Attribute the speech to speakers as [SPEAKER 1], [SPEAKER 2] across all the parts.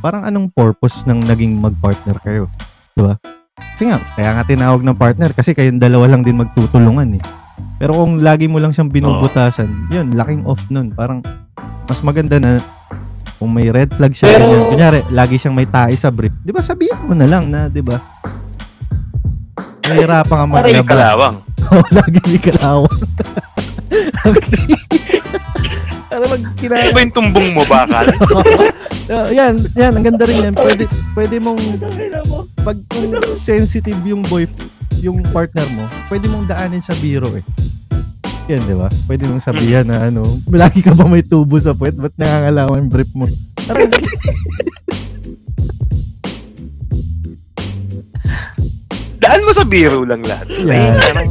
[SPEAKER 1] parang anong purpose ng naging mag-partner kayo? Di ba? Kasi nga, kaya nga tinawag ng partner kasi kayong dalawa lang din magtutulungan eh. Pero kung lagi mo lang siyang binubutasan, yun, laking off nun. Parang mas maganda na kung may red flag siya,
[SPEAKER 2] Pero-
[SPEAKER 1] ganyan. Kunyari, lagi siyang may tae sa brief. Di ba sabihin mo na lang na, di ba? Nahirapan ka
[SPEAKER 2] Aray,
[SPEAKER 1] maglaba.
[SPEAKER 3] Kalawang.
[SPEAKER 1] Oo, lagi may kalawang.
[SPEAKER 2] Ano mag
[SPEAKER 3] Ano ba yung tumbong mo, bakal?
[SPEAKER 1] Oh, yan, yan, ang ganda rin yan. Pwede, pwede mong, pag kung sensitive yung boy, yung partner mo, pwede mong daanin sa biro eh. Yan, di ba? Pwede mong sabihan na ano, lagi ka ba may tubo sa puwet? Ba't nangangalaman yung brief mo? Aray,
[SPEAKER 3] Daan mo sa biro lang lahat.
[SPEAKER 1] Yan.
[SPEAKER 3] Ay, parang,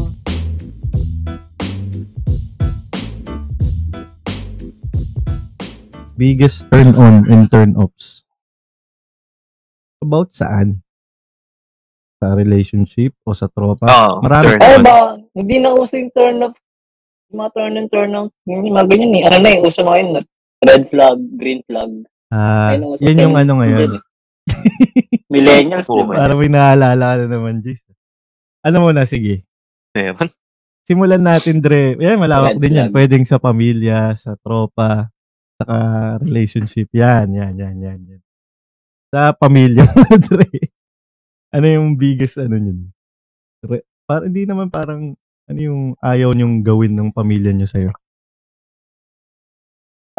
[SPEAKER 1] biggest turn on and turn offs? About saan? Sa relationship o sa tropa?
[SPEAKER 3] Oo,
[SPEAKER 1] marami.
[SPEAKER 3] turn
[SPEAKER 2] Ano
[SPEAKER 3] on.
[SPEAKER 2] ba? Hindi na uso yung turn off. Mga turn and turn off. Yung mga ganyan eh. Ano na eh, uso mga yun. eh. Red flag, green flag.
[SPEAKER 1] Ah,
[SPEAKER 2] Ayun,
[SPEAKER 1] yun yung
[SPEAKER 2] sa-
[SPEAKER 1] ano ngayon.
[SPEAKER 2] Millennials, di ba?
[SPEAKER 3] Okay.
[SPEAKER 1] Para may naalala ka na naman, Jace. Ano muna, sige.
[SPEAKER 3] Meron.
[SPEAKER 1] Simulan natin, Dre. Eh, malawak
[SPEAKER 2] Red
[SPEAKER 1] din yan.
[SPEAKER 2] flag.
[SPEAKER 1] Pwedeng sa pamilya, sa tropa, sa relationship. Yan, yan, yan, yan, yan. Sa pamilya, Dre. Ano yung biggest, ano yun? Re- para, hindi naman parang, ano yung ayaw niyong gawin ng pamilya niyo sa'yo?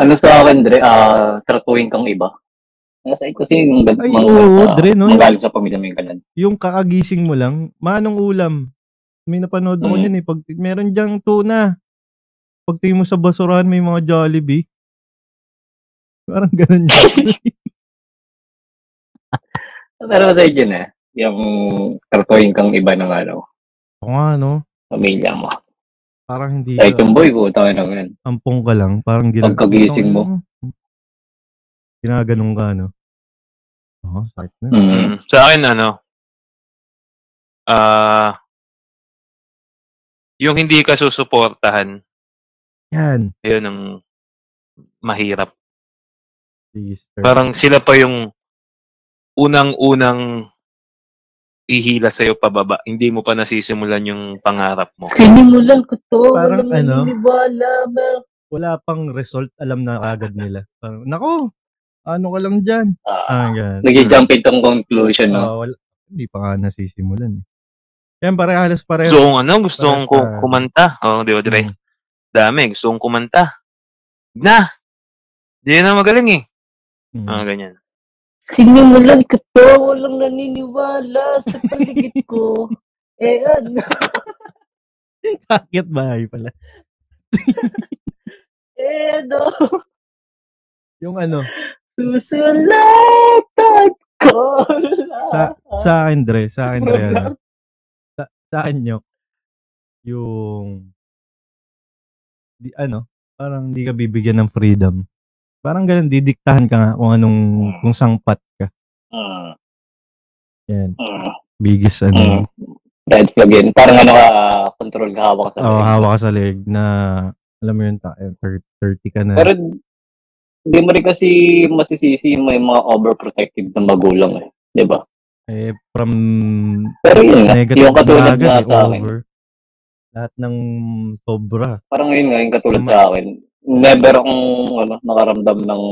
[SPEAKER 2] Ano sa akin, Dre? Ah, tratuhin kang iba. Nasa side kasi yung gag-
[SPEAKER 1] Ay,
[SPEAKER 2] mga
[SPEAKER 1] oo,
[SPEAKER 2] sa,
[SPEAKER 1] Dre, no?
[SPEAKER 2] Magaling sa pamilya mo yung ganyan.
[SPEAKER 1] Yung kakagising mo lang, manong ulam. May napanood ako
[SPEAKER 2] Mm.
[SPEAKER 1] yun eh. Pag, meron diyang tuna. Pagtingin mo sa basurahan, may mga Jollibee. Parang ganun yun.
[SPEAKER 2] Pero sa side yun eh. Yung tratuhin kang iba ng ano,
[SPEAKER 1] Oo nga, no?
[SPEAKER 2] pamilya mo.
[SPEAKER 1] Parang hindi
[SPEAKER 2] Like
[SPEAKER 1] ka-
[SPEAKER 2] yung boy ko, tayo na ganyan.
[SPEAKER 1] ampong ka lang, parang ginag-
[SPEAKER 2] Pagkagising mo.
[SPEAKER 1] ano? Ginaganong ka, no? Oo, sakit na.
[SPEAKER 2] Mm.
[SPEAKER 3] Mm. Sa akin, ano, ah, yung hindi ka susuportahan,
[SPEAKER 1] Yan.
[SPEAKER 3] yun ang mahirap.
[SPEAKER 1] Sister.
[SPEAKER 3] Parang sila pa yung unang-unang ihila sa'yo pababa. Hindi mo pa nasisimulan yung pangarap mo.
[SPEAKER 2] Sinimulan ko to.
[SPEAKER 1] Parang
[SPEAKER 2] walang
[SPEAKER 1] ano?
[SPEAKER 2] naniniwala ba?
[SPEAKER 1] Wala pang result, alam na agad nila. Parang, nako, ano ka lang dyan?
[SPEAKER 2] Ah,
[SPEAKER 1] Ah, ganun.
[SPEAKER 2] Nag-jump itong conclusion, no?
[SPEAKER 1] Ah, wala. Hindi pa nga nasisimulan. eh. Yan, pare, halos pareho.
[SPEAKER 3] Gusto kong ano, gusto kong
[SPEAKER 1] Para sa-
[SPEAKER 3] kumanta. Oo, di ba, Dre?
[SPEAKER 1] Mm.
[SPEAKER 3] Dami, gusto kong kumanta. Na! Di na magaling eh.
[SPEAKER 1] Mm.
[SPEAKER 3] Ah, ganyan.
[SPEAKER 2] Sinimulan ko to. Walang naniniwala sa paligid ko. eh, ano?
[SPEAKER 1] Bakit bahay pala?
[SPEAKER 2] Eh, ano?
[SPEAKER 1] Yung ano,
[SPEAKER 2] Susulatan ko lang.
[SPEAKER 1] sa sa akin Dre, sa akin Dre,
[SPEAKER 2] Program.
[SPEAKER 1] ano, sa, sa akin nyo, yung, di, ano, parang hindi ka bibigyan ng freedom. Parang ganun, didiktahan ka nga kung anong, kung sangpat ka.
[SPEAKER 2] Mm,
[SPEAKER 1] Yan,
[SPEAKER 2] mm,
[SPEAKER 1] biggest ano.
[SPEAKER 2] mm. Red flag yun. Parang ano ka, ah, control ka hawak sa
[SPEAKER 1] Oh, hawak ka sa leg na, alam mo yun, ta- eh, thir- 30 ka na.
[SPEAKER 2] Pero hindi mo rin kasi masisisi yung may mga overprotective na magulang eh. Di ba?
[SPEAKER 1] eh, from
[SPEAKER 2] Pero yun nga,
[SPEAKER 1] negative
[SPEAKER 2] yung katulad
[SPEAKER 1] na agad,
[SPEAKER 2] na
[SPEAKER 1] eh,
[SPEAKER 2] sa akin.
[SPEAKER 1] over. Lahat ng sobra.
[SPEAKER 2] Parang yun nga, yung katulad sa akin. Never akong ano, nakaramdam ng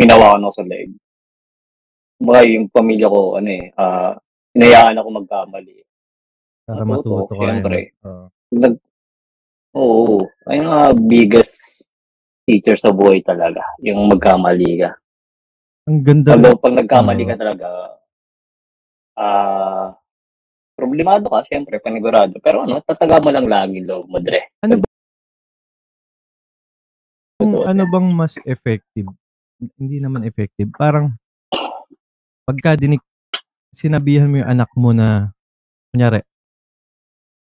[SPEAKER 2] hinawakan ako sa leg. Baka yung pamilya ko, ano eh, ah, hinayaan ako magkamali.
[SPEAKER 1] Para matuto
[SPEAKER 2] Matuto,
[SPEAKER 1] ka. eh, Oh, yan.
[SPEAKER 2] syempre.
[SPEAKER 1] Oo.
[SPEAKER 2] Nag, oo, ayun ang mga biggest teacher sa buhay talaga, yung magkamali ka.
[SPEAKER 1] Ang ganda.
[SPEAKER 2] Although pag nagkamali ka talaga, ah, problemado ka, syempre, panigurado. Pero ano, tataga mo lang lagi loob mo, Dre.
[SPEAKER 1] Kung
[SPEAKER 2] Totoo
[SPEAKER 1] ano bang mas effective? Hindi naman effective. Parang pagka dinik sinabihan mo yung anak mo na kunyari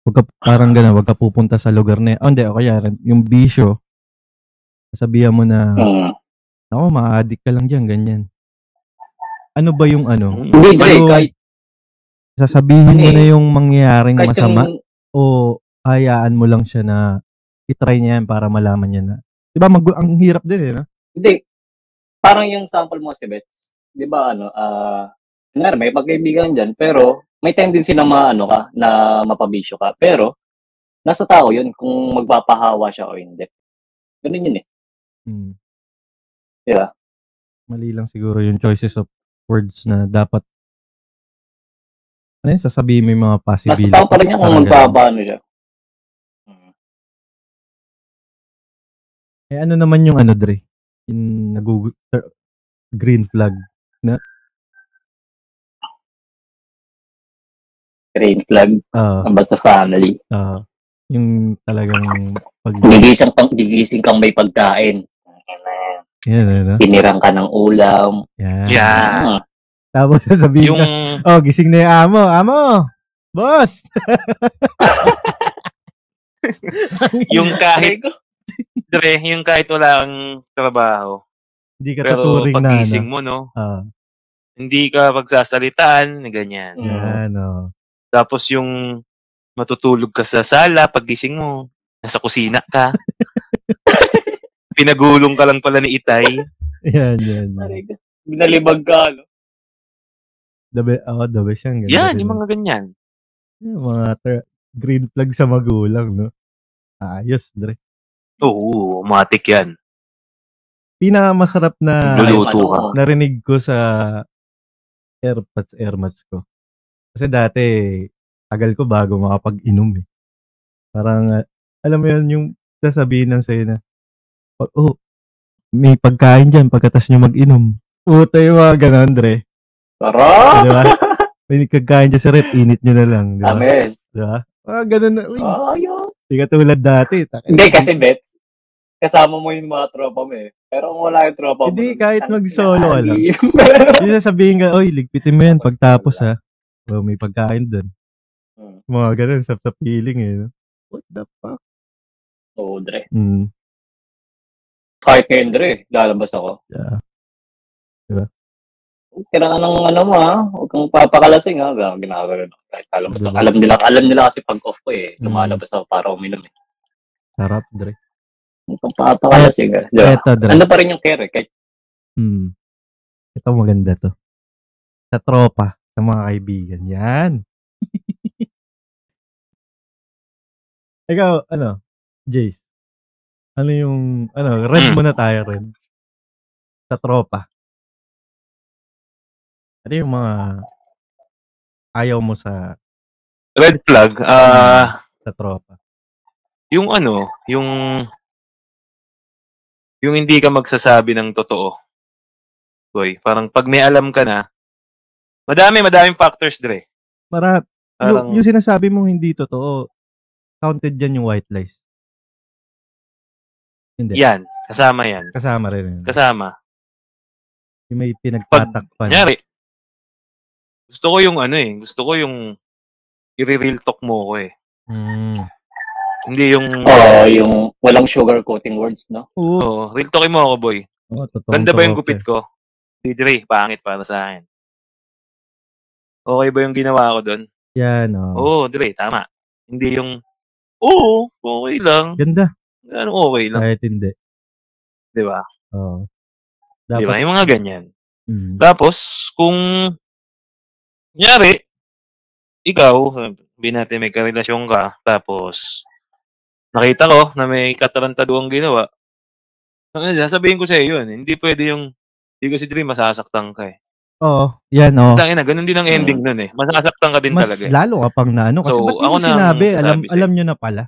[SPEAKER 1] wag ka, parang gano'n, wag ka pupunta sa lugar na oh, hindi, okay, yan, yung bisyo sabihan mo na
[SPEAKER 2] Mm.
[SPEAKER 1] ako, ma-addict ka lang dyan, ganyan. Ano ba yung ano?
[SPEAKER 3] Mm.
[SPEAKER 2] Hindi, Dre,
[SPEAKER 1] Pero-
[SPEAKER 2] kahit,
[SPEAKER 1] Sasabihin mo
[SPEAKER 2] Eh,
[SPEAKER 1] na yung mangyayaring
[SPEAKER 2] kahit
[SPEAKER 1] masama?
[SPEAKER 2] yung,
[SPEAKER 1] o hayaan mo lang siya na itry niya yan para malaman niya na. Di ba, mag- ang hirap din eh, no?
[SPEAKER 2] hindi, parang yung sample mo si Bets, di ba ano, ah, nga, may pagkaibigan dyan, pero may tendency na maano ka, na mapabisyo ka. Pero, nasa tao yun kung magpapahawa siya o hindi. Ganun yun eh.
[SPEAKER 1] Hmm.
[SPEAKER 2] Yeah.
[SPEAKER 1] Mali lang siguro yung choices of words na dapat ano yun, sasabihin mo yung mga
[SPEAKER 2] Nasa
[SPEAKER 1] possibilities.
[SPEAKER 2] tao pa rin yan kung
[SPEAKER 1] Parang ganun.
[SPEAKER 2] magpapaano siya. Mm.
[SPEAKER 1] Eh ano naman yung ano, Dre? Yung nagug- ter- green flag.
[SPEAKER 2] Green flag,
[SPEAKER 1] Ah,
[SPEAKER 2] ambas sa family.
[SPEAKER 1] ah, yung talagang pag...
[SPEAKER 2] Gigising, pang, gigising kang may pagkain.
[SPEAKER 1] Yan, ano?
[SPEAKER 2] Tinirang ka ng ulam.
[SPEAKER 1] Yan.
[SPEAKER 3] Yeah.
[SPEAKER 2] Ah,
[SPEAKER 1] Tapos sasabihin
[SPEAKER 3] Yung
[SPEAKER 1] na, oh, gising na yung amo. Amo! Boss!
[SPEAKER 3] yung kahit
[SPEAKER 2] Aray ko.
[SPEAKER 3] dre, yung kahit wala kang trabaho.
[SPEAKER 1] Hindi ka
[SPEAKER 3] Pero
[SPEAKER 1] tuturing na, ano?
[SPEAKER 3] pagising mo, no?
[SPEAKER 1] Ah,
[SPEAKER 3] Hindi ka pagsasalitaan,
[SPEAKER 2] Mm.
[SPEAKER 3] ganyan.
[SPEAKER 1] yan, oh.
[SPEAKER 3] Tapos yung matutulog ka sa sala, pagising mo, nasa kusina ka. Pinagulong ka lang pala ni Itay.
[SPEAKER 1] Yan, yan. yan.
[SPEAKER 2] Aray ko. Binalibag ka, ano?
[SPEAKER 1] The be- oh, the best yan. Ganda
[SPEAKER 3] Yan,
[SPEAKER 1] rin
[SPEAKER 3] yung mga ganyan.
[SPEAKER 1] Yung mga ter- green flag sa magulang, no? Ayos, Dre.
[SPEAKER 3] Oo, umatik yan.
[SPEAKER 1] Pinakamasarap na
[SPEAKER 3] Luluto ka.
[SPEAKER 1] narinig ko sa AirPods, AirMats ko. Kasi dati, tagal ko bago makapag-inom eh. Parang, ah, alam mo yun, yung sasabihin ng sa'yo na, "Pa- oh, may pagkain dyan pagkatas nyo mag-inom. Puta yung mga ganon, Dre.
[SPEAKER 2] Sarap!
[SPEAKER 1] Di ba? May pagkain dyan sa rep, init nyo na lang. Di ba?
[SPEAKER 2] Ames.
[SPEAKER 1] Di ba? Ah, ganun na. Uy,
[SPEAKER 2] Ah, yun.
[SPEAKER 1] di ka tulad dati. Takin-
[SPEAKER 2] Hindi, kasi bets, kasama mo yung mga tropa mo eh. Pero kung wala yung tropa mo.
[SPEAKER 1] Hindi, kahit mag-solo, alam.
[SPEAKER 2] Hindi.
[SPEAKER 1] Yung sasabihin ka, oy, ligpitin mo yan pagtapos ha. Oh, may pagkain dun.
[SPEAKER 2] Hmm.
[SPEAKER 1] Mga ganun, sa, sa feeling eh. no? What the fuck?
[SPEAKER 2] Oo, Oh, Dre.
[SPEAKER 1] Mm,
[SPEAKER 2] Kahit ngayon, Dre, lalabas ako.
[SPEAKER 1] yeah. Diba?
[SPEAKER 2] Kailangan ng ano mo ha, huwag kang papakalasing ha. Gano'n ginagawa na. Kahit lalabas ako.
[SPEAKER 1] Diba?
[SPEAKER 2] Alam nila, alam nila kasi pag off ko eh.
[SPEAKER 1] Hmm.
[SPEAKER 2] Lumalabas ako para uminom eh.
[SPEAKER 1] Sarap, Dre.
[SPEAKER 2] Huwag kang papakalasing ha. Diba?
[SPEAKER 1] Eto, Dre.
[SPEAKER 2] Ano pa rin yung care eh. Kahit
[SPEAKER 1] Mm. Ito maganda to. Sa tropa, sa mga kaibigan. Yan. Ikaw, ano, Jace? Ano yung, ano, red
[SPEAKER 3] Mm.
[SPEAKER 1] muna tayo, red. Sa tropa. Ano yung mga ayaw mo sa
[SPEAKER 3] Red flag, ah,
[SPEAKER 1] sa tropa?
[SPEAKER 3] yung ano, yung yung hindi ka magsasabi ng totoo. Boy, parang pag may alam ka na, madami, madaming factors, Dre.
[SPEAKER 1] Para,
[SPEAKER 3] Parang,
[SPEAKER 1] yung, yung sinasabi mong hindi totoo, counted dyan yung white lies. Hindi.
[SPEAKER 3] yan, kasama yan.
[SPEAKER 1] Kasama rin. yun.
[SPEAKER 3] Kasama.
[SPEAKER 1] Yung may pinagtatakpan.
[SPEAKER 3] Kunyari, gusto ko yung ano eh, gusto ko yung i-real talk mo ko eh.
[SPEAKER 1] Mm.
[SPEAKER 3] Hindi yung,
[SPEAKER 2] Oo, ah, yung walang sugar coating words, no?
[SPEAKER 1] Oo,
[SPEAKER 3] oh, real talkin mo ako, boy.
[SPEAKER 1] oo, totoo.
[SPEAKER 3] Ganda ba yung gupit ko? Hindi, Dre, pangit para sa akin. Okay ba yung ginawa ko doon?
[SPEAKER 1] Yan, oo.
[SPEAKER 3] Oo, Dre, tama. Hindi yung, oo, okay lang.
[SPEAKER 1] Ganda.
[SPEAKER 3] Ano okay lang,
[SPEAKER 1] Kahit hindi.
[SPEAKER 3] di ba?
[SPEAKER 1] Oo.
[SPEAKER 3] Di ba?
[SPEAKER 1] Dapat.
[SPEAKER 3] Yung mga ganyan.
[SPEAKER 1] Mm.
[SPEAKER 3] Tapos, kung, nyari, ikaw, sabi natin may karelasyon ka, tapos, nakita ko na may katarantaduang ginawa, ano, sasabihin ko sa'yo yun, hindi pwede yung, hindi kasi Dre, masasaktan ka eh.
[SPEAKER 1] Oo. Yan, oo.
[SPEAKER 3] Tangin na, ganun din ang ending nun eh. Masasaktan ka din
[SPEAKER 1] Oh. Mm. Mas
[SPEAKER 3] talaga. eh.
[SPEAKER 1] lalo ka pang na ano. Kasi
[SPEAKER 3] So,
[SPEAKER 1] ba't di
[SPEAKER 3] ako
[SPEAKER 1] mo
[SPEAKER 3] na ang
[SPEAKER 1] sinabi? Alam,
[SPEAKER 3] sasabi sa'yo.
[SPEAKER 1] alam nyo na pala.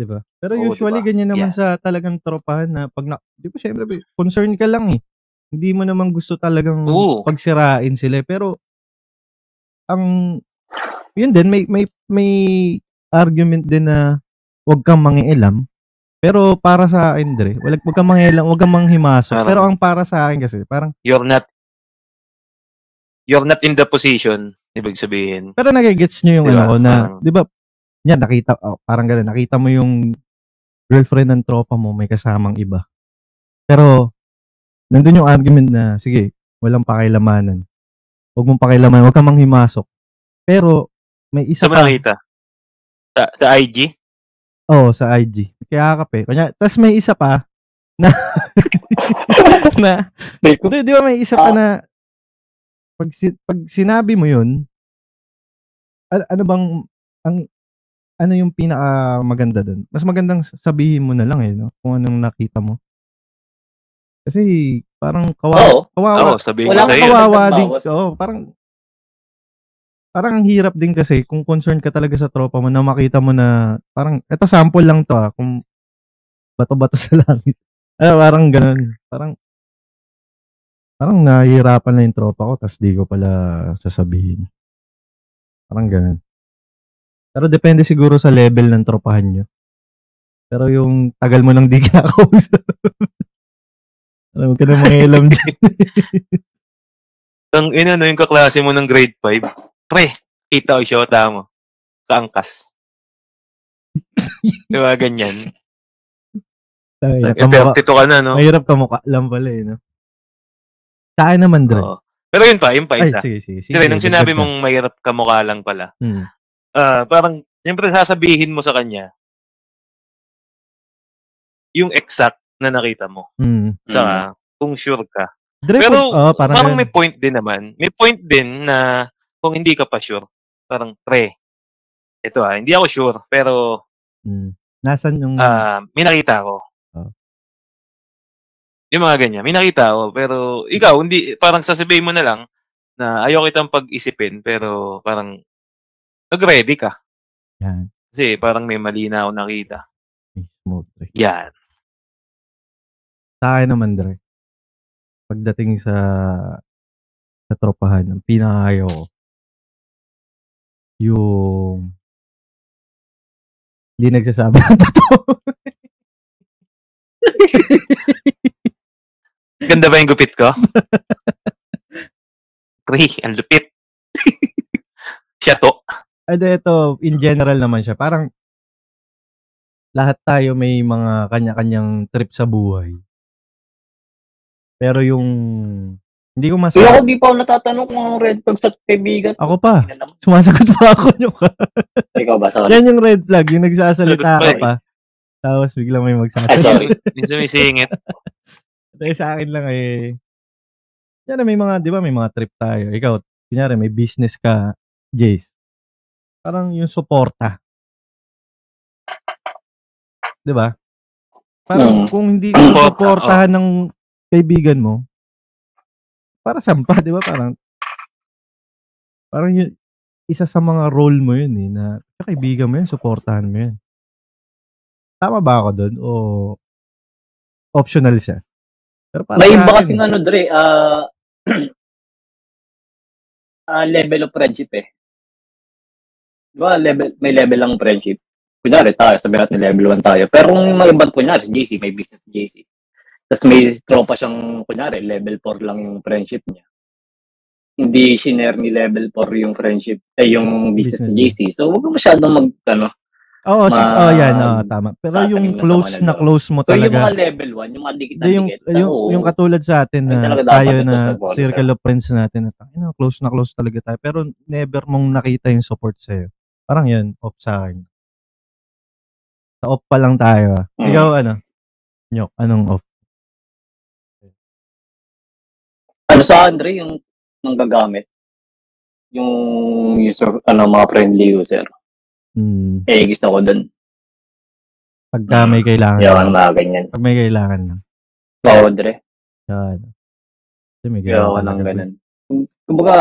[SPEAKER 1] Di ba? Pero
[SPEAKER 3] Oo,
[SPEAKER 1] usually,
[SPEAKER 3] di ba?
[SPEAKER 1] ganyan naman sa talagang tropahan na pag na, di ba syempre, be, concern ka lang eh. Hindi mo naman gusto talagang
[SPEAKER 3] Oo.
[SPEAKER 1] pagsirain sila. eh. Pero, ang, yun din, may, may, may argument din na huwag kang mangiilam. Pero para sa akin, Dre, wag, wag kang mangiilam, wag kang manghimasok.
[SPEAKER 3] Parang-
[SPEAKER 1] Pero ang para sa akin kasi, parang,
[SPEAKER 3] You're not, you're not in the position, ibig sabihin.
[SPEAKER 1] pero nagigets nyo yung
[SPEAKER 3] Di
[SPEAKER 1] ano
[SPEAKER 3] ba?
[SPEAKER 1] ko na,
[SPEAKER 3] Parang-
[SPEAKER 1] di ba, yan, nakita, oh, parang gano'n, nakita mo yung girlfriend ng tropa mo, may kasamang iba. Pero, nandun yung argument na, sige, walang pakilamanan. Huwag mong pakilamanan, huwag kang manghimasok. Pero, may isa
[SPEAKER 3] Saan mo
[SPEAKER 1] pa.
[SPEAKER 3] nakita? Sa, sa IG?
[SPEAKER 1] Oo, sa IG. Kaya kape. Kanya, tas may isa pa na na, Hindi, di ba may isa ka na pag, si- pag sinabi mo yun, a- ano bang ang ano yung pinaka maganda doon? Mas magandang sabihin mo na lang eh, no? Kung anong nakita mo. Kasi parang kawawa,
[SPEAKER 2] Oo.
[SPEAKER 3] Oo,
[SPEAKER 1] kawawa,
[SPEAKER 3] sabihin ko
[SPEAKER 2] Wala
[SPEAKER 1] parang
[SPEAKER 2] kang
[SPEAKER 3] sa'yo.
[SPEAKER 2] kawa-
[SPEAKER 1] kawawa din.
[SPEAKER 2] Bawas.
[SPEAKER 1] Oo, parang parang ang hirap din kasi kung concerned ka talaga sa tropa mo na makita mo na parang eto sample lang to ah, kung bato-bato sa langit. Ah, parang ganun. Parang parang nahihirapan na yung tropa ko tapos di ko pala sasabihin. Parang ganun. Pero depende siguro sa level ng tropahan nyo. Pero yung tagal mo lang di kinakausap. Alam ka na mga ilam dyan.
[SPEAKER 3] Ang ina, no, yung kaklase mo ng grade 5, pre, kita o shota mo. Kaangkas. Di ba, ganyan?
[SPEAKER 1] Tayo,
[SPEAKER 3] Eh,
[SPEAKER 1] kamukha-
[SPEAKER 3] 32 ka na, no?
[SPEAKER 1] Mahirap ka mukha lang pala eh, no? Sa akin naman, Dre.
[SPEAKER 3] Oo. Pero yun pa, yun pa
[SPEAKER 1] Ay,
[SPEAKER 3] isa.
[SPEAKER 1] sige, sige. sige
[SPEAKER 3] Dre, nung
[SPEAKER 1] dagdag
[SPEAKER 3] sinabi
[SPEAKER 1] ka.
[SPEAKER 3] mong mahirap ka mukha lang pala,
[SPEAKER 1] Hmm.
[SPEAKER 3] ah, parang, siyempre sasabihin mo sa kanya, yung exact na nakita mo.
[SPEAKER 1] Hmm.
[SPEAKER 3] Saka, kung sure ka.
[SPEAKER 1] Dre,
[SPEAKER 3] Pero,
[SPEAKER 1] kung- oh, parang,
[SPEAKER 3] parang,
[SPEAKER 1] ganun.
[SPEAKER 3] may point din naman. May point din na kung hindi ka pa sure, parang, pre, ito ah, hindi ako sure, pero
[SPEAKER 1] Hmm. Nasaan yung...
[SPEAKER 3] ah, may nakita ako.
[SPEAKER 1] Ah.
[SPEAKER 3] Yung mga ganyan, may nakita ako, pero ikaw, hindi, parang sasabihin mo na lang na ayaw kitang pag-isipin, pero parang nag-ready ka.
[SPEAKER 1] yan.
[SPEAKER 3] Kasi parang may mali na ako nakita.
[SPEAKER 1] Mismo, Dre.
[SPEAKER 3] Yan.
[SPEAKER 1] Sa akin naman, Dre. Pagdating sa sa tropahan, ang pinakayo ko, yung hindi nagsasabi ng totoo.
[SPEAKER 3] Ganda ba yung gupit ko? Pre, ang lupit. Siya to.
[SPEAKER 1] ano ito, in general naman siya, parang lahat tayo may mga kanya-kanyang trip sa buhay. Pero yung, hindi ko
[SPEAKER 2] Kaya ako
[SPEAKER 1] masabi.
[SPEAKER 2] di pa ako natatanong kung ang red flag sa kaibigan.
[SPEAKER 1] Ako pa,
[SPEAKER 2] Yan naman.
[SPEAKER 1] sumasagot pa ako nyo ka.
[SPEAKER 2] Ikaw ba? Sorry. eh.
[SPEAKER 1] Yan yung red flag, yung nagsasalita ka
[SPEAKER 3] Sorry.
[SPEAKER 1] pa. Tapos biglang may
[SPEAKER 2] Ay,
[SPEAKER 1] magsasalita.
[SPEAKER 2] sorry.
[SPEAKER 3] Yung sumisingit.
[SPEAKER 1] Dahil sa akin lang eh. Yan, may mga, di ba, may mga trip tayo. Ikaw, kunyari, may business ka, Jace. Parang yung suporta. Di ba? Parang
[SPEAKER 2] Mm.
[SPEAKER 1] kung hindi ka
[SPEAKER 3] Suporta,
[SPEAKER 1] suportahan ng kaibigan mo, para saan pa, di ba? Parang, parang yun, isa sa mga role mo yun eh, na sa kaibigan mo yun, suportahan mo yun. Tama ba ako doon? O optional siya? Pero para
[SPEAKER 2] May
[SPEAKER 1] sa
[SPEAKER 2] iba
[SPEAKER 1] akin,
[SPEAKER 2] kasi ano, Dre, ah ah, level of friendship eh. Diba, level, may level lang friendship. Kunyari tayo, sabihin natin level 1 tayo. Pero kung mga ibang kunyari, JC, may business JC. Tapos may tropa siyang, kunyari, level 4 lang yung friendship niya. Hindi shinare ni level 4 yung friendship, eh, yung business,
[SPEAKER 1] Business.
[SPEAKER 2] JC. So, huwag ka masyadong mag, ano,
[SPEAKER 1] Oo, si-
[SPEAKER 2] Ma-
[SPEAKER 1] oh, yan, oo, tama. Pero
[SPEAKER 2] tatanim
[SPEAKER 1] yung
[SPEAKER 2] na sa
[SPEAKER 1] close
[SPEAKER 2] kanila.
[SPEAKER 1] na close mo
[SPEAKER 2] So, yung mga
[SPEAKER 1] talaga.
[SPEAKER 2] level 1, yung mga
[SPEAKER 1] Hindi, yung,
[SPEAKER 2] dikit-dikit. oh.
[SPEAKER 1] yung,
[SPEAKER 2] oo.
[SPEAKER 1] yung katulad sa atin
[SPEAKER 2] Ay,
[SPEAKER 1] na
[SPEAKER 2] talaga dapat
[SPEAKER 1] tayo
[SPEAKER 2] ito
[SPEAKER 1] na
[SPEAKER 2] sa ball,
[SPEAKER 1] circle of friends natin na "Tangina, close na close talaga tayo. Pero never mong nakita yung support sa'yo. Parang yan, off sa akin. Sa off pa lang tayo. ah.
[SPEAKER 2] Mm.
[SPEAKER 1] Ikaw ano? Nyok, anong off?
[SPEAKER 2] ano sa Andre yung manggagamit yung user ano mga friendly user
[SPEAKER 1] Hmm,
[SPEAKER 2] eh gusto ko dun
[SPEAKER 1] pagka
[SPEAKER 2] Mm.
[SPEAKER 1] may kailangan.
[SPEAKER 2] yawan mga ganyan
[SPEAKER 1] Pag may kailangan lang.
[SPEAKER 2] ako Andre
[SPEAKER 1] Yan. ano? Kasi may
[SPEAKER 2] yawan ng
[SPEAKER 1] talaga.
[SPEAKER 2] ganun Kum- kumbaga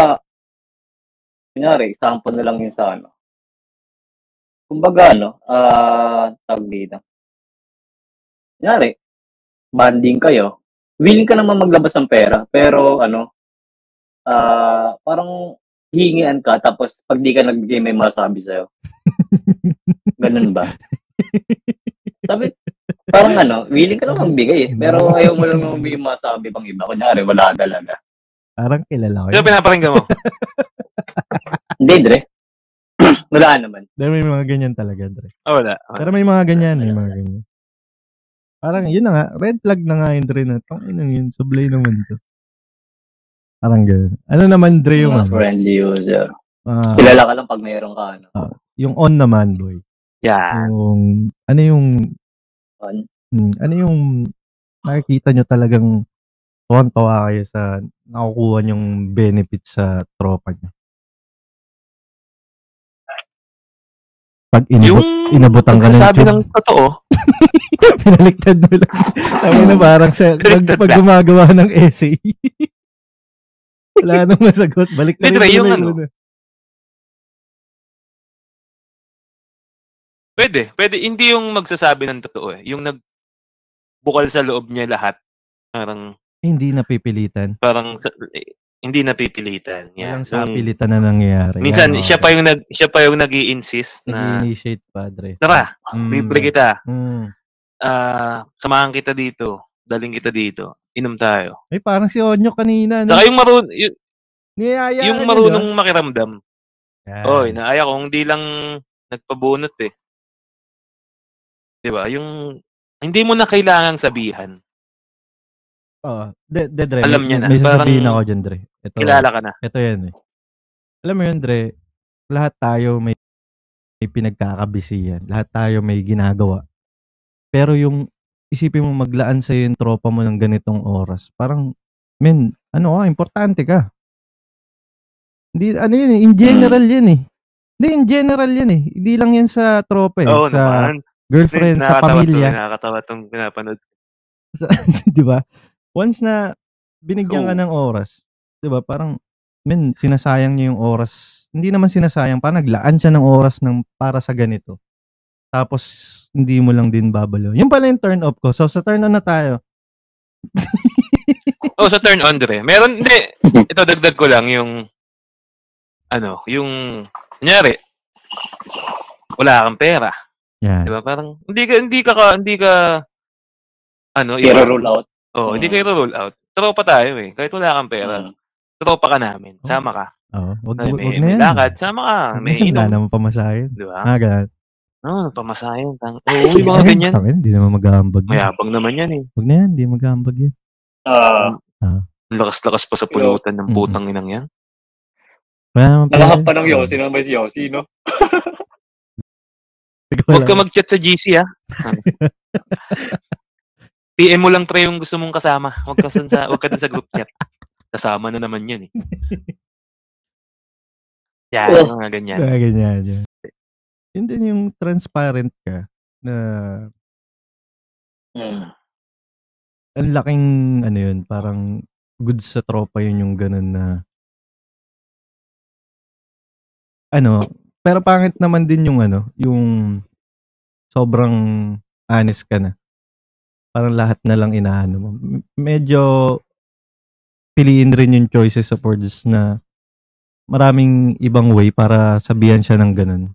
[SPEAKER 2] kunyari example na lang yun sa ano kumbaga ano ah tawag dito kunyari banding kayo willing ka naman maglabas ng pera pero ano ah parang hihingian ka tapos pag di ka nagbigay may masabi sa'yo Ganun ba? Sabi, parang ano, willing ka naman magbigay eh. Pero ayaw mo lang naman may masabi pang iba. Kunyari, wala talaga.
[SPEAKER 1] Parang kilala ko.
[SPEAKER 3] Pero pinaparinggan mo.
[SPEAKER 2] Hindi, Dre. wala naman.
[SPEAKER 1] Dahil may mga ganyan talaga, Dre.
[SPEAKER 3] Ah, wala. Ah,
[SPEAKER 1] Pero may mga ganyan, may mga ganyan. Parang yun na nga, red flag na nga yun, Dre, na tong inang yun, sublay naman to. Parang ganun. Ano naman, Dre, yung,
[SPEAKER 2] Mga
[SPEAKER 1] ano,
[SPEAKER 2] friendly user.
[SPEAKER 1] ah,
[SPEAKER 2] Kilala ka lang pag mayroon ka, ano.
[SPEAKER 1] yung on naman, boy.
[SPEAKER 3] Yan.
[SPEAKER 1] Yung, ano yung,
[SPEAKER 2] On.
[SPEAKER 1] hmm, ano yung nakikita nyo talagang tuwan-tuwa kayo sa nakukuha niyong benefit sa tropa niyo. Pag inabot,
[SPEAKER 3] Yung
[SPEAKER 1] inabotan ka ng
[SPEAKER 3] nagsasabi
[SPEAKER 1] tube,
[SPEAKER 3] ng totoo,
[SPEAKER 1] pinaliktad mo lang. Tama na parang sa, pag,
[SPEAKER 3] Pinaliktad
[SPEAKER 1] pag
[SPEAKER 3] lang.
[SPEAKER 1] gumagawa ng essay. Wala nang masagot. Balik na
[SPEAKER 3] Hindi, Dre, yung
[SPEAKER 1] tuloy
[SPEAKER 3] ano,
[SPEAKER 1] una.
[SPEAKER 3] Pwede, pwede. Hindi yung magsasabi ng totoo eh. Yung nagbukal sa loob niya lahat. Parang,
[SPEAKER 1] Eh, Hindi napipilitan.
[SPEAKER 3] parang, sa- eh, hindi napipilitan. Yeah.
[SPEAKER 1] Walang
[SPEAKER 3] Yung-
[SPEAKER 1] sapilitan na nangyayari.
[SPEAKER 3] minsan,
[SPEAKER 1] Yan,
[SPEAKER 3] siya pa yung nag, siya pa yung nag-i-insist na,
[SPEAKER 1] Nag-initiate pa, Dre.
[SPEAKER 3] Tara,
[SPEAKER 1] Mm.
[SPEAKER 3] libre kita.
[SPEAKER 1] Mm.
[SPEAKER 3] Ah, samahan kita dito. Daling kita dito. Inom tayo.
[SPEAKER 1] Ay, Eh, parang si Onyo kanina. No?
[SPEAKER 3] Saka yung, marun- yung,
[SPEAKER 1] Niyaya
[SPEAKER 3] yung marunong makiramdam.
[SPEAKER 1] Yan.
[SPEAKER 3] Oy, naaya ko. Hindi lang nagpabunot eh. Di ba? Yung, hindi mo na kailangang sabihan.
[SPEAKER 1] Oo. Oh, De, de, Dre.
[SPEAKER 3] Alam niya
[SPEAKER 1] may-
[SPEAKER 3] na.
[SPEAKER 1] May sasabihin
[SPEAKER 3] Parang-
[SPEAKER 1] ako dyan, Dre. Ito,
[SPEAKER 3] Kilala ka na.
[SPEAKER 1] ito yan eh. Alam mo yun, Dre, lahat tayo may, may pinagkakabisihan. Lahat tayo may ginagawa. Pero yung isipin mo maglaan sa yung tropa mo ng ganitong oras, parang, men, ano ka, importante ka. Hindi, ano yun eh, in
[SPEAKER 3] Hmm.
[SPEAKER 1] general yan eh. Hindi, in general yan eh. Hindi lang yan sa tropa eh.
[SPEAKER 3] Oo
[SPEAKER 1] sa
[SPEAKER 3] naman.
[SPEAKER 1] girlfriend, sa
[SPEAKER 3] Nakakatawa to, eh.
[SPEAKER 1] pamilya.
[SPEAKER 3] Nakakatawa itong pinapanood.
[SPEAKER 1] di ba? Once na binigyan ka
[SPEAKER 3] Oo.
[SPEAKER 1] ng oras, di ba? Parang, men, sinasayang niya yung oras. Hindi naman sinasayang, parang naglaan siya ng oras ng para sa ganito. Tapos, hindi mo lang din babalo. Yun pala yung turn off ko. So, sa turn on na tayo.
[SPEAKER 3] Oh, sa turn on, Dre. Meron, hindi. Ito, dagdag ko lang yung, ano, yung, kunyari, wala kang pera. Di
[SPEAKER 1] Yan.
[SPEAKER 3] ba? Parang, hindi ka, hindi ka, ka- hindi ka, ano,
[SPEAKER 2] Pero rule out.
[SPEAKER 3] Oh, hindi ka i-roll out. Tropa tayo eh. Kahit wala kang pera,
[SPEAKER 2] Ah.
[SPEAKER 3] tropa ka namin. Sama ka.
[SPEAKER 1] Oo. Wag,
[SPEAKER 3] Ay,
[SPEAKER 1] wag,
[SPEAKER 3] may,
[SPEAKER 1] wag na
[SPEAKER 3] may
[SPEAKER 1] yan.
[SPEAKER 3] lakad, sama ka. May
[SPEAKER 1] Wala
[SPEAKER 3] inom.
[SPEAKER 1] naman pamasahin.
[SPEAKER 3] Di ba?
[SPEAKER 1] Ah, ganun.
[SPEAKER 3] No, pamasahin. Tang, oh, yung mga ganyan.
[SPEAKER 1] Tangin, Hindi naman mag-aambag yan.
[SPEAKER 3] Mayabang naman yan eh.
[SPEAKER 1] Wag na yan, hindi mag-aambag yan.
[SPEAKER 2] Ah,
[SPEAKER 3] Ang Lakas-lakas pa sa pulutan ng putang inang yan.
[SPEAKER 1] Wala naman pala
[SPEAKER 2] Nakahap
[SPEAKER 1] yan.
[SPEAKER 2] pa ng Yossi na may Yossi, no?
[SPEAKER 3] Huwag ka mag-chat sa ah. GC, ha? PM mo lang, pre, yung gusto mong kasama. Huwag ka, dun sa, huwag ka dun sa group chat. Kasama na naman yun, eh. Yan,
[SPEAKER 2] Oh.
[SPEAKER 3] mga ganyan.
[SPEAKER 1] Kaya ganyan. Yun. Yun din yung transparent ka na
[SPEAKER 2] Mm.
[SPEAKER 1] ang laking ano yun, parang good sa tropa yun yung ganun na ano, pero pangit naman din yung ano, yung sobrang honest ka na. Parang lahat na lang inaano mo. M- Medyo piliin rin yung choices of words na maraming ibang way para sabihan siya ng ganun.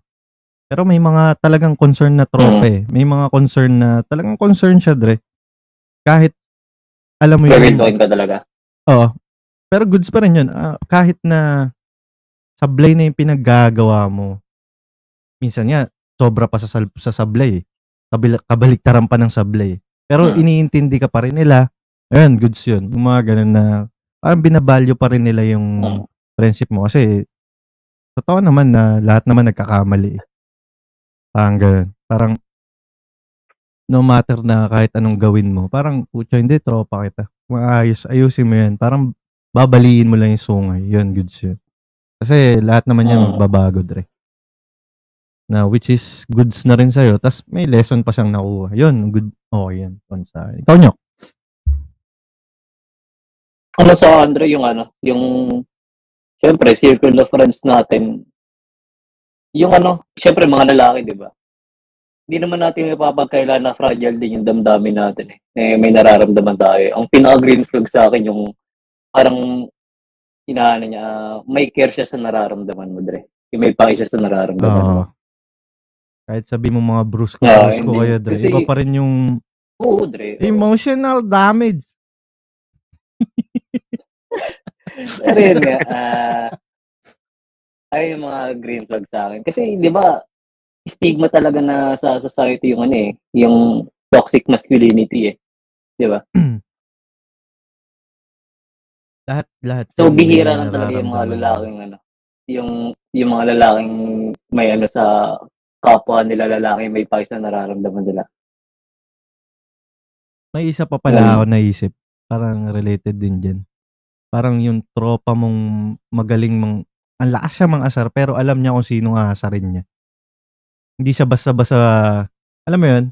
[SPEAKER 1] Pero may mga talagang concern na tropa eh. May mga concern na talagang concern siya, Dre. Kahit alam mo
[SPEAKER 2] Gagawin
[SPEAKER 1] yun.
[SPEAKER 2] ko ka talaga.
[SPEAKER 1] Oo. Pero goods pa rin yun. Ah, kahit na sablay na yung pinaggagawa mo, minsan nga, sobra pa sa, sal- sa sablay. eh. Kabila- kabaliktaran pa ng sablay. eh. Pero
[SPEAKER 2] Hmm.
[SPEAKER 1] iniintindi ka pa rin nila. Ayun, goods yun. Yung mga ganun na, parang binabalyo pa rin nila yung
[SPEAKER 2] Hmm.
[SPEAKER 1] friendship mo. Kasi, totoo naman na lahat naman nagkakamali. eh. Parang ganun. Parang, no matter na kahit anong gawin mo, parang, putya, hindi, tropa kita maayos, ayusin mo yan. Parang babaliin mo lang yung sungay. Yun, goods yun. Kasi lahat naman yan
[SPEAKER 2] Oo.
[SPEAKER 1] magbabago, Dre. Na, which is goods na rin sa'yo. Tapos may lesson pa siyang nakuha. Yun, good. Okay yan. Yun sa akin. Ikaw, Nyok.
[SPEAKER 2] Ano sa Andre, yung ano, yung, syempre, circle of friends natin, yung ano, syempre, mga lalaki, di ba? Hindi naman natin mapapagkailan na fragile din yung damdamin natin eh. eh may nararamdaman tayo. Ang pinaka-green flag sa akin yung parang inaano niya, ah, may care siya sa nararamdaman mo, Dre. Yung may paki siya sa nararamdaman mo.
[SPEAKER 1] Oo. Kahit sabi mo mga brusko,
[SPEAKER 2] Oo,
[SPEAKER 1] brusko
[SPEAKER 2] Ah, hindi.
[SPEAKER 1] kayo, Dre.
[SPEAKER 2] Kasi-
[SPEAKER 1] Iba pa rin yung
[SPEAKER 2] Oo, Dre.
[SPEAKER 1] emotional damage.
[SPEAKER 2] Pero yun nga, ah, ay yung mga green flag sa akin. Kasi, di ba, stigma talaga na sa society yung ano eh, yung toxic masculinity eh.
[SPEAKER 1] Lahat, lahat.
[SPEAKER 2] So,
[SPEAKER 1] yun,
[SPEAKER 2] bihira
[SPEAKER 1] yun,
[SPEAKER 2] lang talaga yung mga
[SPEAKER 1] nararamdaman.
[SPEAKER 2] lalaking ano, yung, yung mga lalaking may ano sa kapwa nila lalaki may pakis na nararamdaman nila.
[SPEAKER 1] May isa pa pala
[SPEAKER 2] Oo.
[SPEAKER 1] ako naisip. parang related din dyan. Parang yung tropa mong magaling mang, ang lakas siya mang asar, pero alam niya kung sino ang asarin niya. Hindi siya basta-basta, alam mo yun,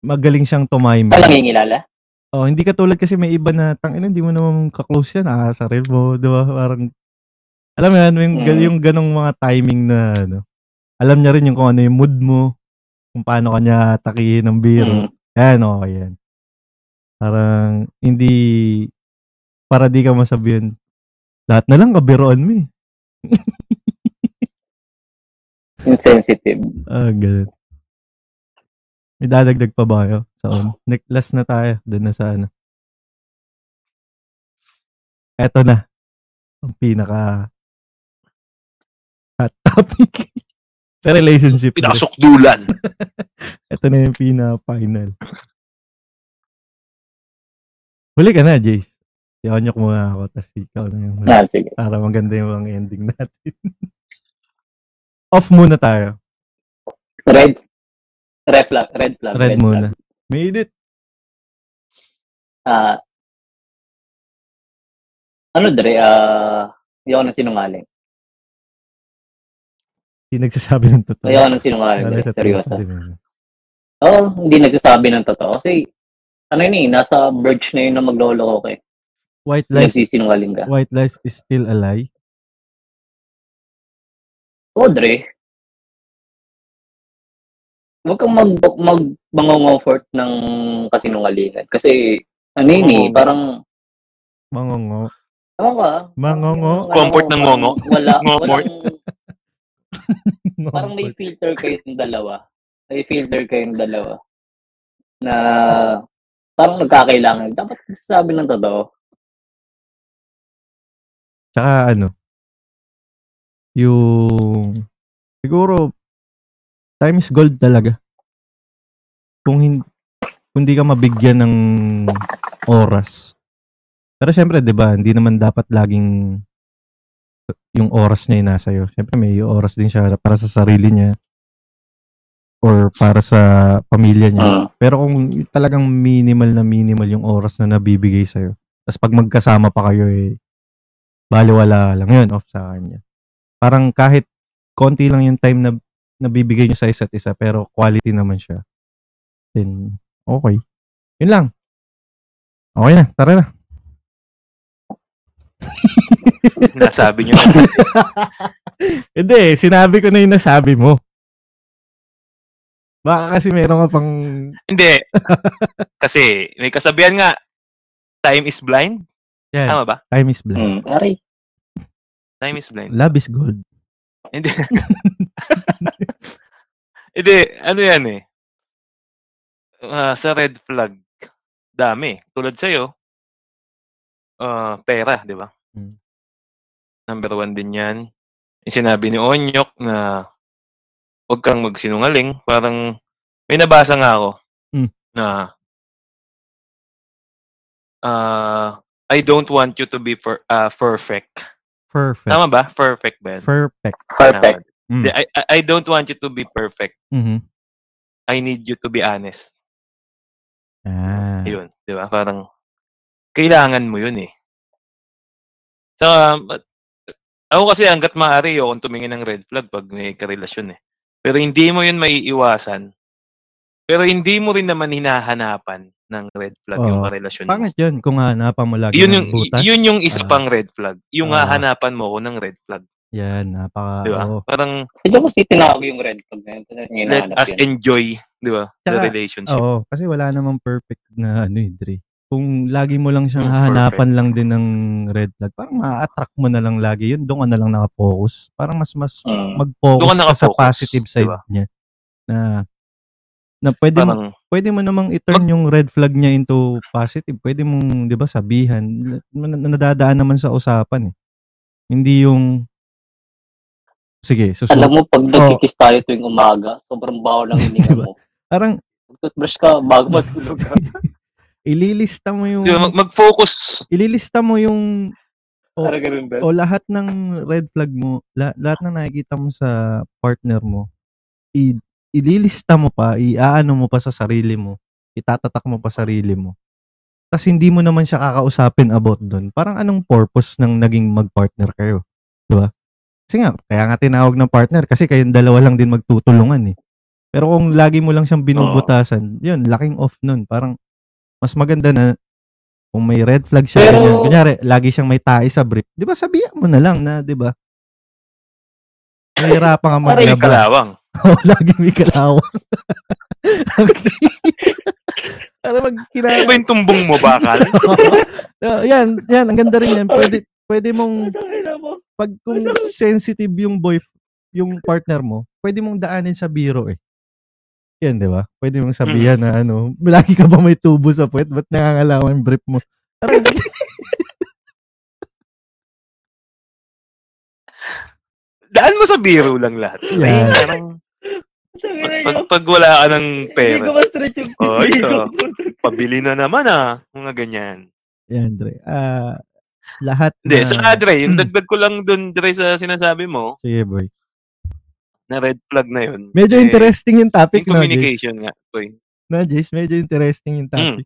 [SPEAKER 1] magaling siyang tumayin.
[SPEAKER 2] Ka nangingilala?
[SPEAKER 1] Oh, hindi ka tulad kasi may iba na tangina, hindi mo naman ka-close yan, aasarin mo, 'di ba? Parang alam mo yan, yung,
[SPEAKER 2] Mm.
[SPEAKER 1] yung ganong mga timing na ano. Alam niya rin yung kung ano yung mood mo, kung paano kanya takihin ng biro.
[SPEAKER 2] Mm.
[SPEAKER 1] Yan, okay yan. Parang hindi para di ka masabihin lahat na lang kabiroan mo eh.
[SPEAKER 2] Insensitive.
[SPEAKER 1] Ah, ganun. May dadagdag pa ba kayo? So, next, last na tayo. Doon na sa ano. Eto na. Ang pinaka hot topic sa relationship.
[SPEAKER 3] Pinakasukdulan.
[SPEAKER 1] Ito na yung pina-final. Huli ka na, Jace. Iyonyok muna ako, tapos ikaw na yung huli.
[SPEAKER 2] Ah, sige.
[SPEAKER 1] Para maganda yung mga ending natin. Off muna tayo.
[SPEAKER 2] Red. Red flag. Red flag.
[SPEAKER 1] Red
[SPEAKER 2] flag.
[SPEAKER 1] muna. Made it.
[SPEAKER 2] Ah. ano, Dre? Ah, hindi ako ng sinungaling.
[SPEAKER 1] Hindi nagsasabi ng totoo.
[SPEAKER 2] Ayoko ng sinungaling.
[SPEAKER 1] Lalo
[SPEAKER 2] Dre.
[SPEAKER 1] sa
[SPEAKER 2] Seryoso.
[SPEAKER 1] tao, di ba?
[SPEAKER 2] Oo, hindi nagsasabi ng totoo. Kasi, ano yun eh, nasa verge na yun na maglolo ko kay.
[SPEAKER 1] White lies,
[SPEAKER 2] Nagsisinungaling ka.
[SPEAKER 1] white lies is still a lie.
[SPEAKER 2] Oo, Dre. Huwag kang mag, mag, mangongofort ng kasinungalingan. Kasi, ano yun eh,
[SPEAKER 3] Oo.
[SPEAKER 2] parang,
[SPEAKER 1] Mangongo.
[SPEAKER 2] tama ka.
[SPEAKER 1] Mangongo.
[SPEAKER 2] Walang-
[SPEAKER 3] Comfort ng ngongo.
[SPEAKER 2] Wala.
[SPEAKER 3] Ngomort.
[SPEAKER 2] walang- parang may filter kayo ng dalawa. May filter kayong dalawa. Na parang nagkakailangan. Dapat sabi ng totoo.
[SPEAKER 1] Tsaka ano, yung, siguro, time is gold talaga. Kung hindi, kung di ka mabigyan ng oras. Pero syempre, di ba, hindi naman dapat laging yung oras niya yung nasa iyo. Syempre, may oras din siya para sa sarili niya or para sa pamilya niya.
[SPEAKER 2] Ah.
[SPEAKER 1] Pero kung talagang minimal na minimal yung oras na nabibigay sa'yo, tapos pag magkasama pa kayo eh, baliwala lang yun off sa kanya. Parang kahit konti lang yung time na nabibigay nyo sa isa't isa, pero quality naman siya. Then, okay. Yun lang. Okay na, tara na.
[SPEAKER 3] Nasabi niyo.
[SPEAKER 1] Hindi, sinabi ko na yung nasabi mo. Baka kasi meron ka pang...
[SPEAKER 3] Hindi. Kasi may kasabihan nga, time is blind.
[SPEAKER 1] Yan,
[SPEAKER 3] Tama ba?
[SPEAKER 1] time is blind.
[SPEAKER 2] Mm. Aray.
[SPEAKER 3] Time is blind.
[SPEAKER 1] Love is gold.
[SPEAKER 3] Hindi. Hindi, ano yan eh. Ah, sa red flag, dami. Tulad sa'yo, ah, pera, di ba?
[SPEAKER 1] Mm.
[SPEAKER 3] Number one din yan. Yung sinabi ni Onyok na huwag kang magsinungaling. Parang may nabasa nga ako
[SPEAKER 1] Mm.
[SPEAKER 3] na ah, I don't want you to be per- ah, perfect.
[SPEAKER 1] Perfect.
[SPEAKER 3] Tama ba? Perfect ba? yan?
[SPEAKER 1] Hmm. Perfect.
[SPEAKER 2] Perfect.
[SPEAKER 1] Mm.
[SPEAKER 3] Di- I, I, I don't want you to be perfect.
[SPEAKER 1] Mhm.
[SPEAKER 3] I need you to be honest.
[SPEAKER 1] Ah.
[SPEAKER 3] Yun, di ba? Parang, kailangan mo yun eh. Saka, but- ako kasi hanggat maaari, yung tumingin ng red flag pag may karelasyon eh. Pero hindi mo yun maiiwasan. Pero hindi mo rin naman hinahanapan ng red flag yung
[SPEAKER 1] Oo.
[SPEAKER 3] karelasyon mo.
[SPEAKER 1] Pangit yun kung hanapan mo lagi
[SPEAKER 3] Yun
[SPEAKER 1] ng
[SPEAKER 3] yung,
[SPEAKER 1] butas.
[SPEAKER 3] yun yung
[SPEAKER 1] Ah,
[SPEAKER 3] isa pang red flag. Yung
[SPEAKER 1] Ah.
[SPEAKER 3] hahanapan mo ko ng red flag.
[SPEAKER 1] Yan, napaka...
[SPEAKER 3] Di ba?
[SPEAKER 1] oo.
[SPEAKER 3] Parang,
[SPEAKER 2] Medyo kasi tinawag yung red flag na yun. Tapos yun
[SPEAKER 3] let
[SPEAKER 2] hinahanap
[SPEAKER 3] us
[SPEAKER 2] yun.
[SPEAKER 3] enjoy, di ba? The
[SPEAKER 1] Tsaka,
[SPEAKER 3] relationship.
[SPEAKER 1] Oo, kasi wala namang perfect na ano eh, Dre. Kung lagi mo lang siyang
[SPEAKER 3] Mm,
[SPEAKER 1] hahanapan lang din ng red flag, parang ma-attract mo na lang lagi yun. Doon ka na lang nakafocus. Parang mas mas
[SPEAKER 2] Mm.
[SPEAKER 1] mag-focus
[SPEAKER 3] Doon ka
[SPEAKER 1] ka, sa
[SPEAKER 3] nakafocus,
[SPEAKER 1] positive
[SPEAKER 3] di
[SPEAKER 1] side
[SPEAKER 3] ba?
[SPEAKER 1] niya. Na na pwede mo,
[SPEAKER 3] Parang,
[SPEAKER 1] pwede mo namang i-turn yung red flag niya into positive. Pwede mong, 'di ba, sabihan. Na- na- Nadadaan naman sa usapan eh. Hindi yung Sige,
[SPEAKER 2] Alam
[SPEAKER 1] susunod.
[SPEAKER 2] mo, pag nagkikiss tayo tuwing umaga, sobrang bawal ang hininga
[SPEAKER 1] Diba?
[SPEAKER 2] mo.
[SPEAKER 1] Parang
[SPEAKER 2] Toothbrush ka bago matulog ka.
[SPEAKER 1] ililista mo yung
[SPEAKER 3] di ba, mag- mag-focus
[SPEAKER 1] ililista mo yung o,
[SPEAKER 2] Parang ganun, Bel.
[SPEAKER 1] o lahat ng red flag mo, la- lahat na nakikita mo sa partner mo, i- ililista mo pa, iaano mo pa sa sarili mo, itatatak mo pa sarili mo. tas hindi mo naman siya kakausapin about doon. Parang anong purpose ng naging mag-partner kayo? Di ba? Kasi nga, kaya nga tinawag ng partner kasi kayong dalawa lang din magtutulungan eh. Pero kung lagi mo lang siyang binubutasan, yun, laking off nun. Parang mas maganda na kung may red flag siya,
[SPEAKER 2] Pero-
[SPEAKER 1] ganyan. Kunyari, lagi siyang may tae sa brief. Di ba sabihan mo na lang na, di ba? Nahirapan ka
[SPEAKER 3] May
[SPEAKER 1] maglaba.
[SPEAKER 3] kalawang.
[SPEAKER 1] Oo, lagi may kalawang. Para mag
[SPEAKER 3] Ano ba yung tumbong mo, bakal?
[SPEAKER 1] Oo, yan, yan, ang ganda rin yan. Pwede, pwede mong, pag kung sensitive yung boy, yung partner mo, pwede mong daanin sa biro eh. Yan, di ba? Pwede mong sabihan na ano, lagi ka ba may tubo sa puwet? Ba't nangangalawan yung brief mo? Parang,
[SPEAKER 3] Daan mo sa biro lang lahat.
[SPEAKER 1] Yan.
[SPEAKER 3] Ay, parang, pag, pag, pag wala ka ng
[SPEAKER 4] Hindi ko
[SPEAKER 3] pera,
[SPEAKER 4] ma-stretch yung
[SPEAKER 3] Oh,
[SPEAKER 4] pisngi ko.
[SPEAKER 3] pabili na naman ah. Mga ganyan.
[SPEAKER 1] yan, Dre. Ah, lahat
[SPEAKER 3] Hindi, sa
[SPEAKER 1] na,
[SPEAKER 3] Adre, yung
[SPEAKER 1] Mm.
[SPEAKER 3] dagdag ko lang dun, Dre, sa sinasabi mo,
[SPEAKER 1] sige, boy.
[SPEAKER 3] na red flag na yun.
[SPEAKER 1] Medyo
[SPEAKER 3] Eh,
[SPEAKER 1] interesting yung topic
[SPEAKER 3] yung
[SPEAKER 1] na,
[SPEAKER 3] communication Hmm. nga. Boy.
[SPEAKER 1] No, Jace, medyo interesting yung topic.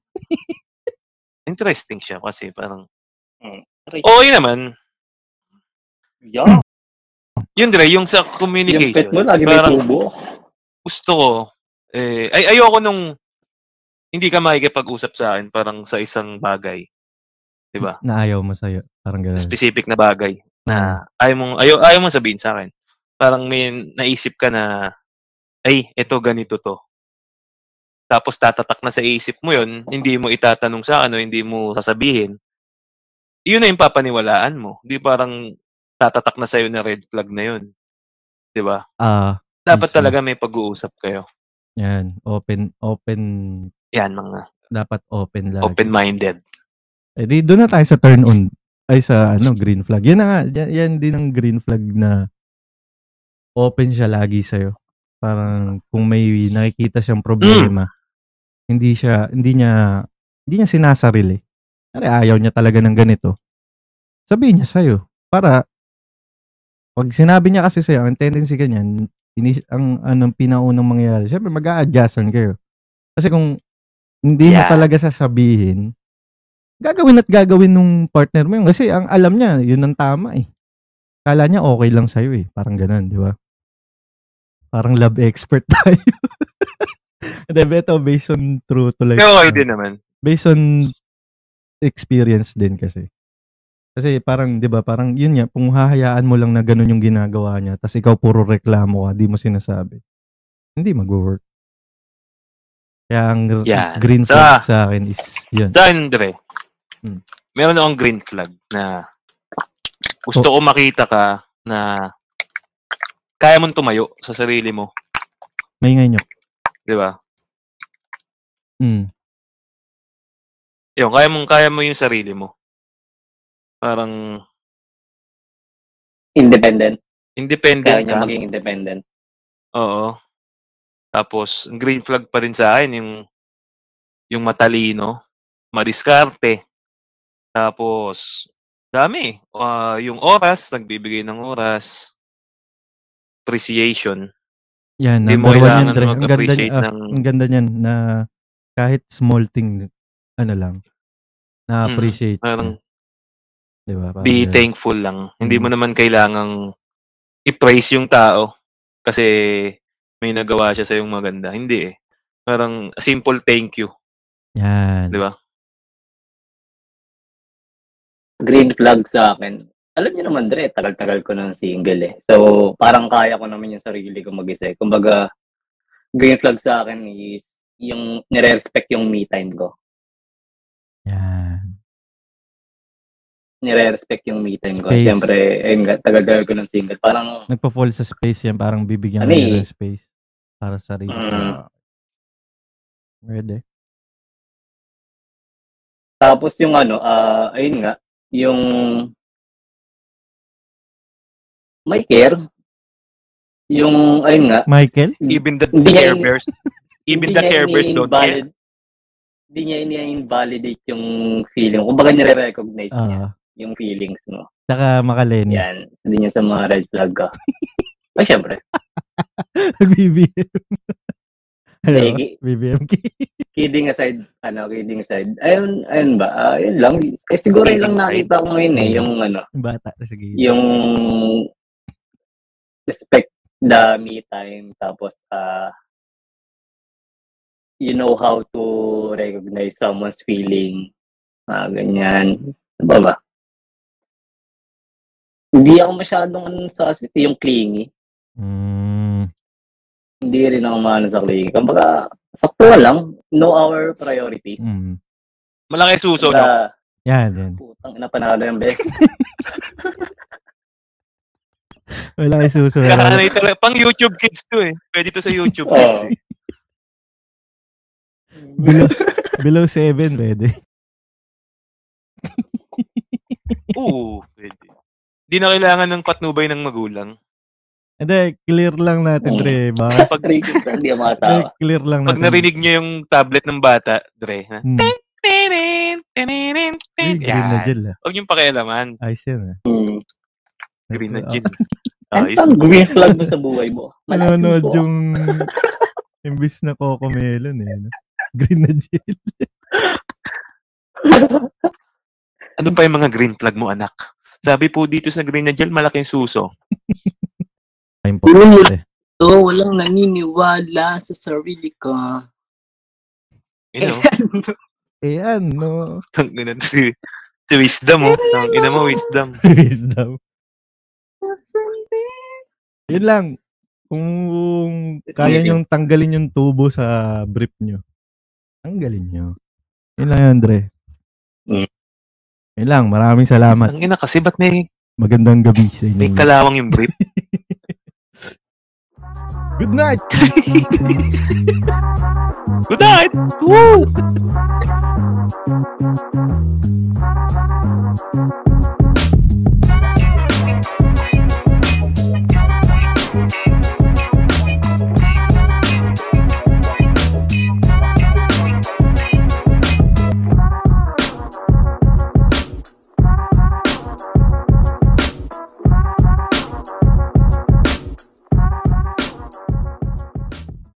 [SPEAKER 3] Interesting siya kasi parang,
[SPEAKER 4] Hmm,
[SPEAKER 2] Mm.
[SPEAKER 3] okay naman.
[SPEAKER 2] Yeah.
[SPEAKER 3] Yun, Dre, yung sa
[SPEAKER 2] Yung
[SPEAKER 3] communication.
[SPEAKER 2] pet mo, lagi may
[SPEAKER 3] parang
[SPEAKER 2] tubo.
[SPEAKER 3] gusto ko, eh, ay, ayoko nung hindi ka makikipag-usap sa akin parang sa isang bagay.
[SPEAKER 1] Na ayaw mo sa'yo. Parang gano'n.
[SPEAKER 3] specific na bagay na ayaw mong, ayaw, ayaw mong sabihin sa akin. Parang may naisip ka na, ay, eto ganito to. Tapos tatatak na sa isip mo yon hindi mo itatanong sa ano, hindi mo sasabihin. Yun na yung papaniwalaan mo. Di parang tatatak na sa'yo na red flag na yun. Di ba?
[SPEAKER 1] Ah,
[SPEAKER 3] Dapat
[SPEAKER 1] Yes, sir.
[SPEAKER 3] talaga may pag-uusap kayo.
[SPEAKER 1] yan. Open, open,
[SPEAKER 3] Yan, mga
[SPEAKER 1] dapat open lang.
[SPEAKER 3] open-minded.
[SPEAKER 1] Eh di doon na tayo sa turn on ay sa ano green flag. Yan na nga yan, yan din ang green flag na open siya lagi sa Parang kung may nakikita siyang problema, hindi siya hindi niya hindi niya sinasarili. Kasi ayaw niya talaga ng ganito. Sabihin niya sa para pag sinabi niya kasi sa ang tendency ganyan, ini- ang anong pinaunang mangyayari. Syempre mag-a-adjustan kayo. Kasi kung hindi
[SPEAKER 3] Yeah.
[SPEAKER 1] mo talaga sasabihin, gagawin at gagawin nung partner mo yun. Kasi ang alam niya, yun ang tama eh. Kala niya okay lang sa'yo eh. Parang ganun, di ba? Parang love expert tayo. Hindi, beto, based on true to life.
[SPEAKER 3] Pero okay din naman.
[SPEAKER 1] Based on experience din kasi. Kasi parang, di ba, parang yun nga, kung hahayaan mo lang na ganun yung ginagawa niya, tas ikaw puro reklamo ka, di mo sinasabi. Hindi mag-work. Kaya ang gr-
[SPEAKER 3] Yan.
[SPEAKER 1] green
[SPEAKER 3] Sa-
[SPEAKER 1] flag sa akin is yun.
[SPEAKER 3] Sa akin, Dre,
[SPEAKER 1] Hmm.
[SPEAKER 3] meron akong green flag na gusto ko makita ka na kaya mong tumayo sa sarili mo,
[SPEAKER 1] May ngayon yun.
[SPEAKER 3] di ba?
[SPEAKER 1] Mm.
[SPEAKER 3] Yun, kaya mong kaya mo yung sarili mo. Parang
[SPEAKER 2] Independent. Kaya
[SPEAKER 3] independent
[SPEAKER 2] niya
[SPEAKER 3] ka.
[SPEAKER 2] maging independent.
[SPEAKER 3] Oo. Tapos, ang green flag pa rin sa akin yung yung matalino, madiskarte. Tapos, dami. Ah, yung oras, nagbibigay ng oras. Appreciation.
[SPEAKER 1] Yan,
[SPEAKER 3] Hindi mo
[SPEAKER 1] number one yan, Dre.
[SPEAKER 3] kailangan
[SPEAKER 1] Ang ganda,
[SPEAKER 3] mag-appreciate
[SPEAKER 1] niya, ah,
[SPEAKER 3] ano, ng...
[SPEAKER 1] ang ganda niyan na kahit small thing, ano lang, na-appreciate.
[SPEAKER 3] Mm. Parang
[SPEAKER 1] niya. Hmm. Di ba? Parang
[SPEAKER 3] be
[SPEAKER 1] ganun.
[SPEAKER 3] thankful lang. Hindi mo naman kailangang i-praise yung tao kasi may nagawa siya sa yung maganda. Hindi eh. Parang simple thank you.
[SPEAKER 1] Yan.
[SPEAKER 3] Di ba?
[SPEAKER 2] green flag sa akin. Alam niyo naman, Dre, tagal-tagal ko ng single eh. So, parang kaya ko naman yung sarili ko mag-isa eh. Kumbaga, green flag sa akin is yung nire-respect yung me time ko.
[SPEAKER 1] Yan.
[SPEAKER 2] Nire-respect yung me time ko.
[SPEAKER 1] Space.
[SPEAKER 2] Siyempre, ayun nga, tagal-tagal ko ng single. Parang,
[SPEAKER 1] Nagpa-fall sa space yan. Parang bibigyan ka
[SPEAKER 2] Ano
[SPEAKER 1] niya
[SPEAKER 2] eh.
[SPEAKER 1] ng space para sa sarili.
[SPEAKER 2] Mm.
[SPEAKER 1] Pwede.
[SPEAKER 2] tapos yung ano, ah, ayun nga, yung may care. Yung, ayun nga,
[SPEAKER 1] Michael?
[SPEAKER 3] Even the
[SPEAKER 2] Hmm. Hindi niya
[SPEAKER 3] Care
[SPEAKER 2] in-
[SPEAKER 3] Bears, even
[SPEAKER 2] hindi
[SPEAKER 3] the
[SPEAKER 2] niya
[SPEAKER 3] Care Bears don't care.
[SPEAKER 2] ini-invalid- Hindi niya ini-invalidate yung feeling. Kumbaga nire-recognize niya
[SPEAKER 1] Ah.
[SPEAKER 2] yung feelings mo.
[SPEAKER 1] Tsaka Makaleni.
[SPEAKER 2] Yan. Hindi niya sa mga red flag ka. Ay, syempre.
[SPEAKER 1] Nag-BBM. Ano ba?
[SPEAKER 2] Sige.
[SPEAKER 1] BBMK.
[SPEAKER 2] Kidding aside, ano, kidding aside. Ayun, ayun ba? Ah, yun lang. Eh, siguro yun lang nakita ko ngayon eh, yung ano,
[SPEAKER 1] Yung bata. Sige.
[SPEAKER 2] yung respect the me time tapos uh, you know how to recognize someone's feeling mga ganyan Ano ba ba hindi ako masyadong ano sa aspect yung clingy
[SPEAKER 1] Mm,
[SPEAKER 2] hindi rin ako maano sa clingy kumbaga sakto lang know our priorities
[SPEAKER 1] mm.
[SPEAKER 3] Malaki suso, no?
[SPEAKER 2] Wala.
[SPEAKER 1] Yan, yan.
[SPEAKER 2] putang ina panalo yung best
[SPEAKER 1] Wala kayo susunod.
[SPEAKER 3] Kakanay talaga. Pang YouTube Kids to eh. Pwede to sa YouTube
[SPEAKER 2] Oo.
[SPEAKER 3] Kids eh.
[SPEAKER 1] below, below 7, pwede.
[SPEAKER 3] Oo, pwede. Hindi na kailangan ng patnubay ng magulang.
[SPEAKER 1] Hindi, clear lang natin, Dre. Baka
[SPEAKER 3] Pag-
[SPEAKER 2] Three kids lang, hindi ako makatawa
[SPEAKER 1] Hindi, clear lang
[SPEAKER 3] Pag
[SPEAKER 1] natin.
[SPEAKER 3] narinig niyo yung tablet ng bata, Dre, na,
[SPEAKER 1] Hmm.
[SPEAKER 3] Tinin, tinin,
[SPEAKER 1] Ay,
[SPEAKER 3] tinin.
[SPEAKER 1] green na
[SPEAKER 3] Yan.
[SPEAKER 1] gel, ah.
[SPEAKER 3] Huwag yung pakialaman.
[SPEAKER 1] Ayos yan, ah.
[SPEAKER 2] Hmm.
[SPEAKER 3] Green na
[SPEAKER 1] Ah,
[SPEAKER 3] gin.
[SPEAKER 2] Ano
[SPEAKER 3] Ayos.
[SPEAKER 2] ang green flag mo sa buhay mo? Malakas
[SPEAKER 1] Nanonood
[SPEAKER 2] po.
[SPEAKER 1] yung imbis na Coco Melon, eh. no? Green na gel.
[SPEAKER 3] Ano pa yung mga green flag mo, anak? Sabi po dito sa green na gel, malaking suso.
[SPEAKER 1] Time po.
[SPEAKER 2] Yun. Oo, walang naniniwala sa sarili ko.
[SPEAKER 3] You know?
[SPEAKER 1] Eh, ano?
[SPEAKER 3] Ang ganun si, si wisdom, oh. Ang ina mo, wisdom.
[SPEAKER 1] Wisdom. Yun lang. Kung kaya niyong tanggalin yung tubo sa brief niyo, tanggalin niyo. Yun lang yun, Dre.
[SPEAKER 2] Mm.
[SPEAKER 1] Yun lang. Maraming salamat.
[SPEAKER 3] Ang ina kasi, ba't may,
[SPEAKER 1] Magandang gabi sa
[SPEAKER 3] may
[SPEAKER 1] inyo.
[SPEAKER 3] kalawang yung brief?
[SPEAKER 1] Good night!
[SPEAKER 3] Good night! Woo!